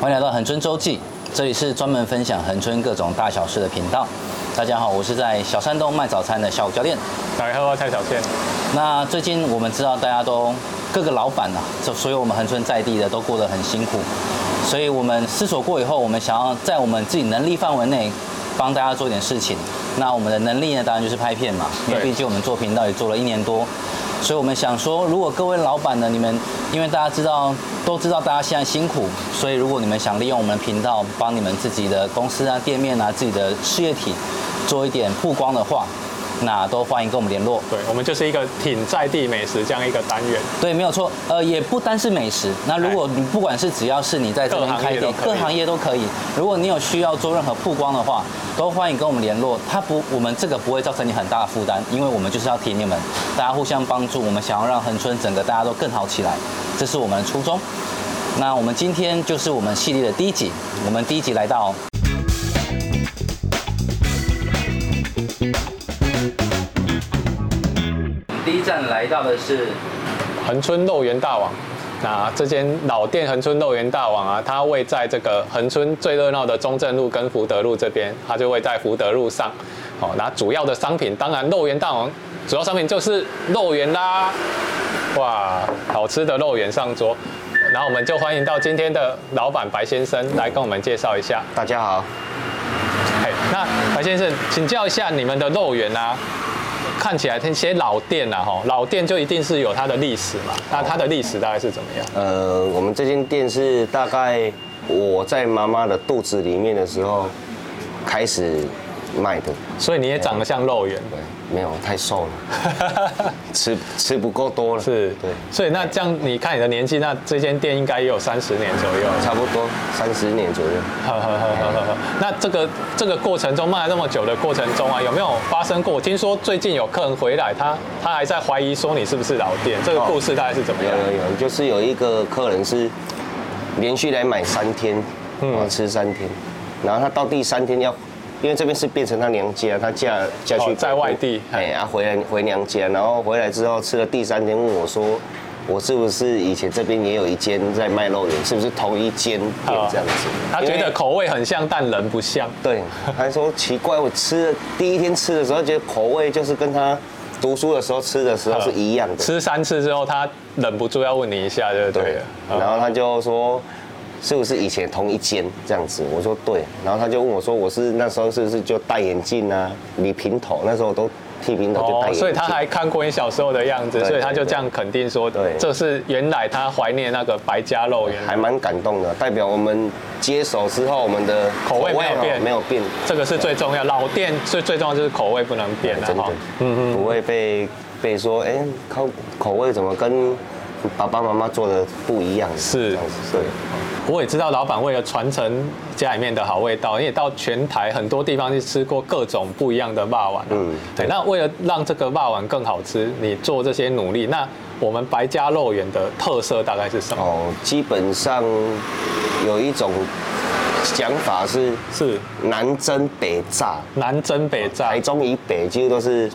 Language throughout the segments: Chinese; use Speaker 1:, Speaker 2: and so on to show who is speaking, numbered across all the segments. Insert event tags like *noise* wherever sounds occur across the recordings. Speaker 1: 欢迎来到恒春周记，这里是专门分享恒春各种大小事的频道。大家好，我是在小山东卖早餐的小吴教练。
Speaker 2: 打开后蔡小倩，
Speaker 1: 那最近我们知道大家都各个老板呐、啊，就所有我们恒春在地的都过得很辛苦，所以我们思索过以后，我们想要在我们自己能力范围内帮大家做点事情。那我们的能力呢，当然就是拍片嘛，因为
Speaker 2: 对
Speaker 1: 毕竟我们做频道也做了一年多，所以我们想说，如果各位老板呢，你们因为大家知道都知道大家现在辛苦，所以如果你们想利用我们的频道帮你们自己的公司啊、店面啊、自己的事业体做一点曝光的话，那都欢迎跟我们联络。
Speaker 2: 对我们就是一个挺在地美食这样一个单元，
Speaker 1: 对，没有错。呃，也不单是美食，那如果你不管是只要是你在这边
Speaker 2: 哎各行
Speaker 1: 开
Speaker 2: 业
Speaker 1: 店
Speaker 2: 都，可以
Speaker 1: 各行业都可以。如果你有需要做任何曝光的话，都欢迎跟我们联络。它不，我们这个不会造成你很大的负担，因为我们就是要提你们，大家互相帮助，我们想要让恒春整个大家都更好起来，这是我们的初衷。那我们今天就是我们系列的第一集，我们第一集来到哦第一站来到的是
Speaker 2: 恒春肉圆大王。那这间老店恒春肉圆大王啊，它位在这个恒春最热闹的中正路跟福德路这边，它就位在福德路上。哦，那主要的商品当然肉圆大王主要商品就是肉圆啦。哇，好吃的肉圆上桌。然后我们就欢迎到今天的老板白先生来跟我们介绍一下。
Speaker 3: 大家好，
Speaker 2: 嘿哎那白先生，请教一下你们的肉圆啊，看起来那些老店啊，哈，老店就一定是有它的历史嘛？那它的历史大概是怎么样？
Speaker 3: 呃，我们这间店是大概我在妈妈的肚子里面的时候开始卖的，
Speaker 2: 所以你也长得像
Speaker 3: *laughs*
Speaker 2: 肉圆，
Speaker 3: 对，没有太瘦了，吃吃不够多了，
Speaker 2: 是，
Speaker 3: 对，
Speaker 2: 所以那这样你看你的年纪，那这间店应该也有三十年左右。
Speaker 3: 差不多三十年左右。
Speaker 2: 呵呵呵呵呵呵那这个这个过程中卖了那么久的过程中啊，有没有发生过？听说最近有客人回来，他他还在怀疑说你是不是老店，这个
Speaker 3: 哦
Speaker 2: 故事大概是怎么
Speaker 3: 有
Speaker 2: 样？
Speaker 3: 有呃有，就是有一个客人是连续来买三天，嗯，吃三天，然后他到第三天要，因为这边是变成他娘家，他嫁嫁去、
Speaker 2: 哦在外地
Speaker 3: 哎，啊回来回娘家，然后回来之后吃了第三天，问我说。我是不是以前这边也有一间在卖肉圆？是不是同一间店这样子？
Speaker 2: 啊他觉
Speaker 3: 因为
Speaker 2: 得口味很像，但人不像。
Speaker 3: 对，还说奇怪，我吃了第一天吃的时候觉得口味就是跟他读书的时候吃的时
Speaker 2: 啊
Speaker 3: 候是一样的，
Speaker 2: 吃三次之后，他忍不住要问你一下，对不啊嗯哦对
Speaker 3: 对啊
Speaker 2: 了？，
Speaker 3: 然后他就说是不是以前同一间这样子？我说对，然后他就问我说我是那时候是不是就戴眼镜啊，理平头，那时候我都剃平头就
Speaker 2: 哦
Speaker 3: 戴眼，镜，
Speaker 2: 所以他还看过你小时候的样子，
Speaker 3: 对
Speaker 2: 所以他就
Speaker 3: 对对
Speaker 2: 这样肯定说
Speaker 3: 对，
Speaker 2: 这是原来他怀念那个白家肉圆，
Speaker 3: 还蛮感动的，代表我们接手之后我们的
Speaker 2: 口味没有
Speaker 3: 哦
Speaker 2: 变
Speaker 3: 没有变，
Speaker 2: 这个是最重要。老店最最重要就是口味不能变了
Speaker 3: 真的
Speaker 2: 哈。，
Speaker 3: 嗯嗯，不会被被说哎口口味怎么跟爸爸妈妈做的不一样，
Speaker 2: 是
Speaker 3: 这样子对。
Speaker 2: 我也知道老板为了传承家里面的好味道，你也到全台很多地方去吃过各种不一样的霸碗、嗯
Speaker 3: 嗯，
Speaker 2: 对。那为了让这个霸碗更好吃，你做这些努力，那我们白家肉圆的特色大概是什么？
Speaker 3: 哦，基本上有一种讲法是
Speaker 2: 是
Speaker 3: 南蒸北炸，
Speaker 2: 南蒸北炸
Speaker 3: 台中以北几乎都是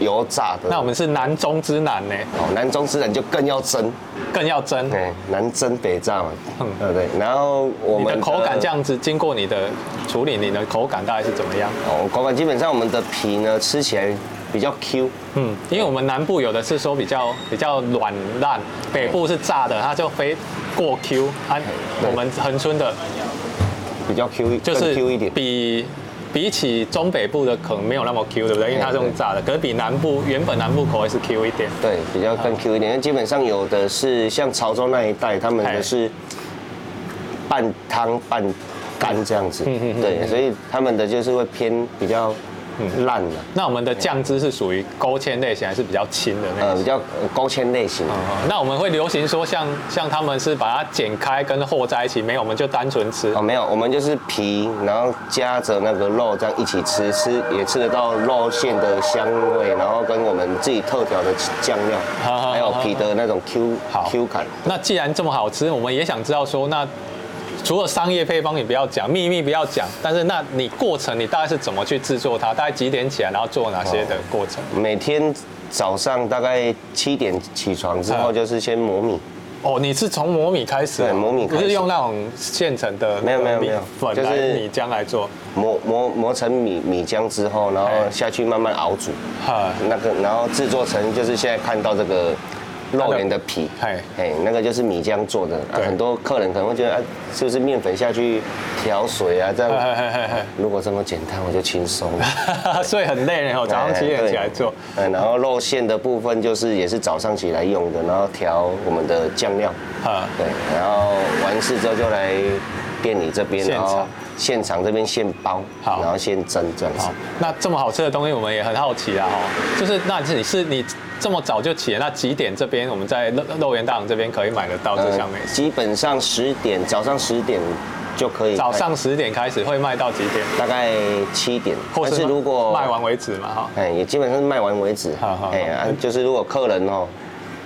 Speaker 3: 油炸的。
Speaker 2: 那我们是南中之南呢，
Speaker 3: 哦，南中之人就更要蒸，
Speaker 2: 更要蒸。
Speaker 3: 哎，南蒸北炸嘛
Speaker 2: 嗯，
Speaker 3: 对不对？然后我
Speaker 2: 你
Speaker 3: 们
Speaker 2: 的口感这。样子，经过你的处理，你的口感大概是怎么样？
Speaker 3: 哦，口感基本上我们的皮呢吃起来比较 Q，
Speaker 2: 嗯，因为我们南部有的是说比较比较软烂，
Speaker 3: 哎
Speaker 2: 北部是炸的，它就非过 Q 啊。我们恒春的
Speaker 3: 比较 Q
Speaker 2: 就
Speaker 3: 更
Speaker 2: 是
Speaker 3: Q 一点。
Speaker 2: 比比起中北部的可能没有那么 Q，对不对？因
Speaker 3: 哎
Speaker 2: 为它是用炸的，可是比南部原本南部口味是 Q 一点。
Speaker 3: 对，比较
Speaker 2: 啊
Speaker 3: 更 Q 一点。因为基本上有的是像潮州那一带，他们
Speaker 2: 哎
Speaker 3: 的是半汤半干这样子，
Speaker 2: 嗯
Speaker 3: 对，所以他们的就是会偏比较
Speaker 2: 嗯
Speaker 3: 烂的，
Speaker 2: 那我们的酱汁是属于勾芡类型，还是比较轻的那
Speaker 3: 呃，
Speaker 2: 种
Speaker 3: 比？较勾芡类型。
Speaker 2: 哦那我们会流行说像像他们是把它剪开跟和在一起，没有我们就单纯吃
Speaker 3: 哦，。没有，我们就是皮，然后夹着那个肉这样一起吃，吃也吃得到肉馅的香味，然后跟我们自己特调的酱料
Speaker 2: 好好，
Speaker 3: 还有
Speaker 2: 好好
Speaker 3: 皮的那种 Q
Speaker 2: 好
Speaker 3: Q 感。
Speaker 2: 那既然这么好吃，我们也想知道说，那除了商业配方你不要讲，秘密不要讲，但是那你过程你大概是怎么去制作它？大概几点起来，然后做哪些的过程？
Speaker 3: 每天早上大概七点起床之后，
Speaker 2: 嗯
Speaker 3: 就是先磨米，
Speaker 2: 哦，你是从磨米开始哦，
Speaker 3: 对磨米开始
Speaker 2: 不是用那种现成的
Speaker 3: 没有没
Speaker 2: 那
Speaker 3: 有
Speaker 2: 个米
Speaker 3: 没有
Speaker 2: 粉
Speaker 3: 就
Speaker 2: 来
Speaker 3: 是
Speaker 2: 米浆来做，
Speaker 3: 磨磨磨成米米浆之后，然后
Speaker 2: 哎
Speaker 3: 下去慢慢熬煮，
Speaker 2: 哈，
Speaker 3: 那个然后制作成就是现在看到这个肉圆的皮，
Speaker 2: 嗨
Speaker 3: 哎，那个就是米浆做的。啊
Speaker 2: 对
Speaker 3: 很多客人可能会觉得，啊，是不是面粉下去调水啊？这
Speaker 2: 嘿
Speaker 3: 样
Speaker 2: 嘿嘿嘿
Speaker 3: 如果这么简单，我就轻松了。
Speaker 2: 所以很累呢，我 *laughs* 早上
Speaker 3: 哎
Speaker 2: 七点起来
Speaker 3: 对
Speaker 2: 做，
Speaker 3: 哎，然后肉馅的部分就是也是早上起来用的，然后调我们的酱料，
Speaker 2: 啊，
Speaker 3: 对，然后完事之后就来店里这边，
Speaker 2: 现
Speaker 3: 然
Speaker 2: 场
Speaker 3: 后现场这边现包，
Speaker 2: 好
Speaker 3: 然后现蒸这样子
Speaker 2: 好。，那这么好吃的东西，我们也很好奇啦，哦，就是那你是你这么早就起了，那几点这边我们在肉肉圆大王这边可以买得到这项美食？
Speaker 3: 呃基本上十点，早上十点就可以开，
Speaker 2: 早上十点开始会卖到几点？
Speaker 3: 大概七点，
Speaker 2: 或
Speaker 3: 但是如果
Speaker 2: 卖完为止嘛，哈。
Speaker 3: 哎，也基本上是卖完为止。
Speaker 2: 好好好
Speaker 3: 哎啊，就是如果客人哦，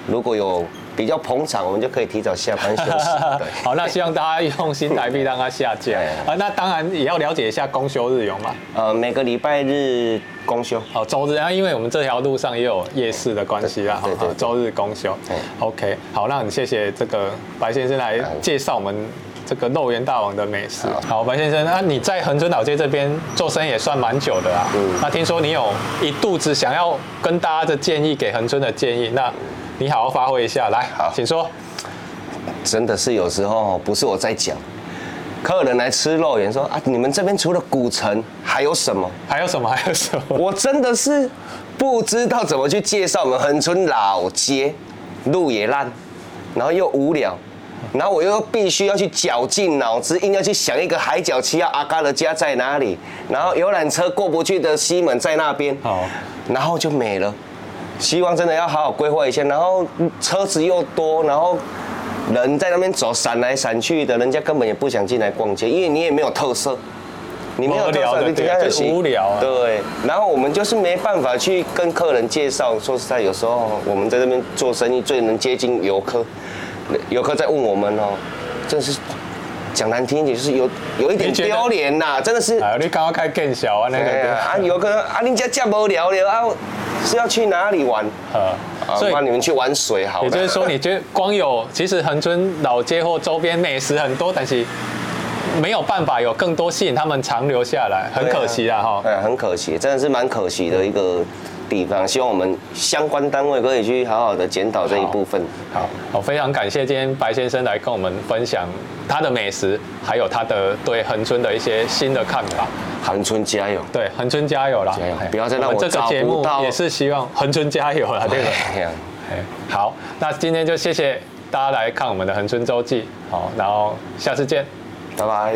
Speaker 3: 如果有比较捧场，我们就可以提早下班休
Speaker 2: *laughs*
Speaker 3: 息。对，
Speaker 2: 好，那希望大家用新台币让它下
Speaker 3: *laughs*
Speaker 2: 架
Speaker 3: 哎
Speaker 2: 啊。那当然也要了解一下公休日有吗？
Speaker 3: 呃，每个礼拜日公休。
Speaker 2: 好，周日啊，因为我们这条路上也有夜市的关系啦，
Speaker 3: 对对
Speaker 2: 好
Speaker 3: 对哎
Speaker 2: 周日公休
Speaker 3: 对。
Speaker 2: OK，好，那很谢谢这个白先生来介绍我们这个肉圆大王的美食。好，白先生，那啊你在恒春老街这边做生意也算蛮久的啦。
Speaker 3: 嗯
Speaker 2: 那听说你有一肚子想要跟大家的建议，给恒春的建议，那你好好发挥一下，来，
Speaker 3: 好
Speaker 2: 请说。
Speaker 3: 真的是有时候哦不是我在讲，客人来吃肉圆说啊，你们这边除了古城还有什么？
Speaker 2: 还有什么？还有什么？ *laughs*
Speaker 3: 我真的是不知道怎么去介绍我们恒春老街，路也烂，然后又无聊，然后我又必须要去绞尽脑汁，硬要去想一个海角七号阿嘎的家在哪里，然后游览车过不去的西门在那边，
Speaker 2: 好
Speaker 3: 然后就没了。希望真的要好好规划一下，然后车子又多，然后人在那边走闪来闪去的，人家根本也不想进来逛街，因为你也没有特色，你没有特
Speaker 2: 无聊
Speaker 3: 色，
Speaker 2: 的
Speaker 3: 你
Speaker 2: 对
Speaker 3: 人家很
Speaker 2: 就是
Speaker 3: 习
Speaker 2: 无聊啊
Speaker 3: 对，然后我们就是没办法去跟客人介绍。说实在，有时候我们在这边做生意最能接近游客，游客在问我们哦，真是讲难听一点，就是有有一点
Speaker 2: 你觉得
Speaker 3: 丢脸呐，真的是。
Speaker 2: 哎，你刚刚开更小啊，那
Speaker 3: 哎
Speaker 2: 个
Speaker 3: 呀，啊，游客啊，你家这无聊了啊，是要去哪里玩？
Speaker 2: 呃，
Speaker 3: 啊，
Speaker 2: 所以
Speaker 3: 那你们去玩水好了。
Speaker 2: 也就是说，你觉得光有其实恒春老街或周边美食很多，但是没有办法有更多吸引他们长留下来，很可惜啊哈。
Speaker 3: 哎，很可惜，真的是蛮可惜的一个地方。希望我们相关单位可以去好好的检讨这一部分。好，
Speaker 2: 好，非常感谢今天白先生来跟我们分享他的美食，还有他的对恒春的一些新的看法。
Speaker 3: 韩春加油！
Speaker 2: 对，恒春加油啦！
Speaker 3: 加油
Speaker 2: 嘿
Speaker 3: 不要再让
Speaker 2: 们
Speaker 3: 我
Speaker 2: 这个
Speaker 3: 找
Speaker 2: 节目
Speaker 3: 不到
Speaker 2: 也是希望恒春加油啦，对吧？
Speaker 3: *laughs* 哎呀，
Speaker 2: 哎，好，那今天就谢谢大家来看我们的恒春周记，好，然后下次见。
Speaker 3: 拜拜。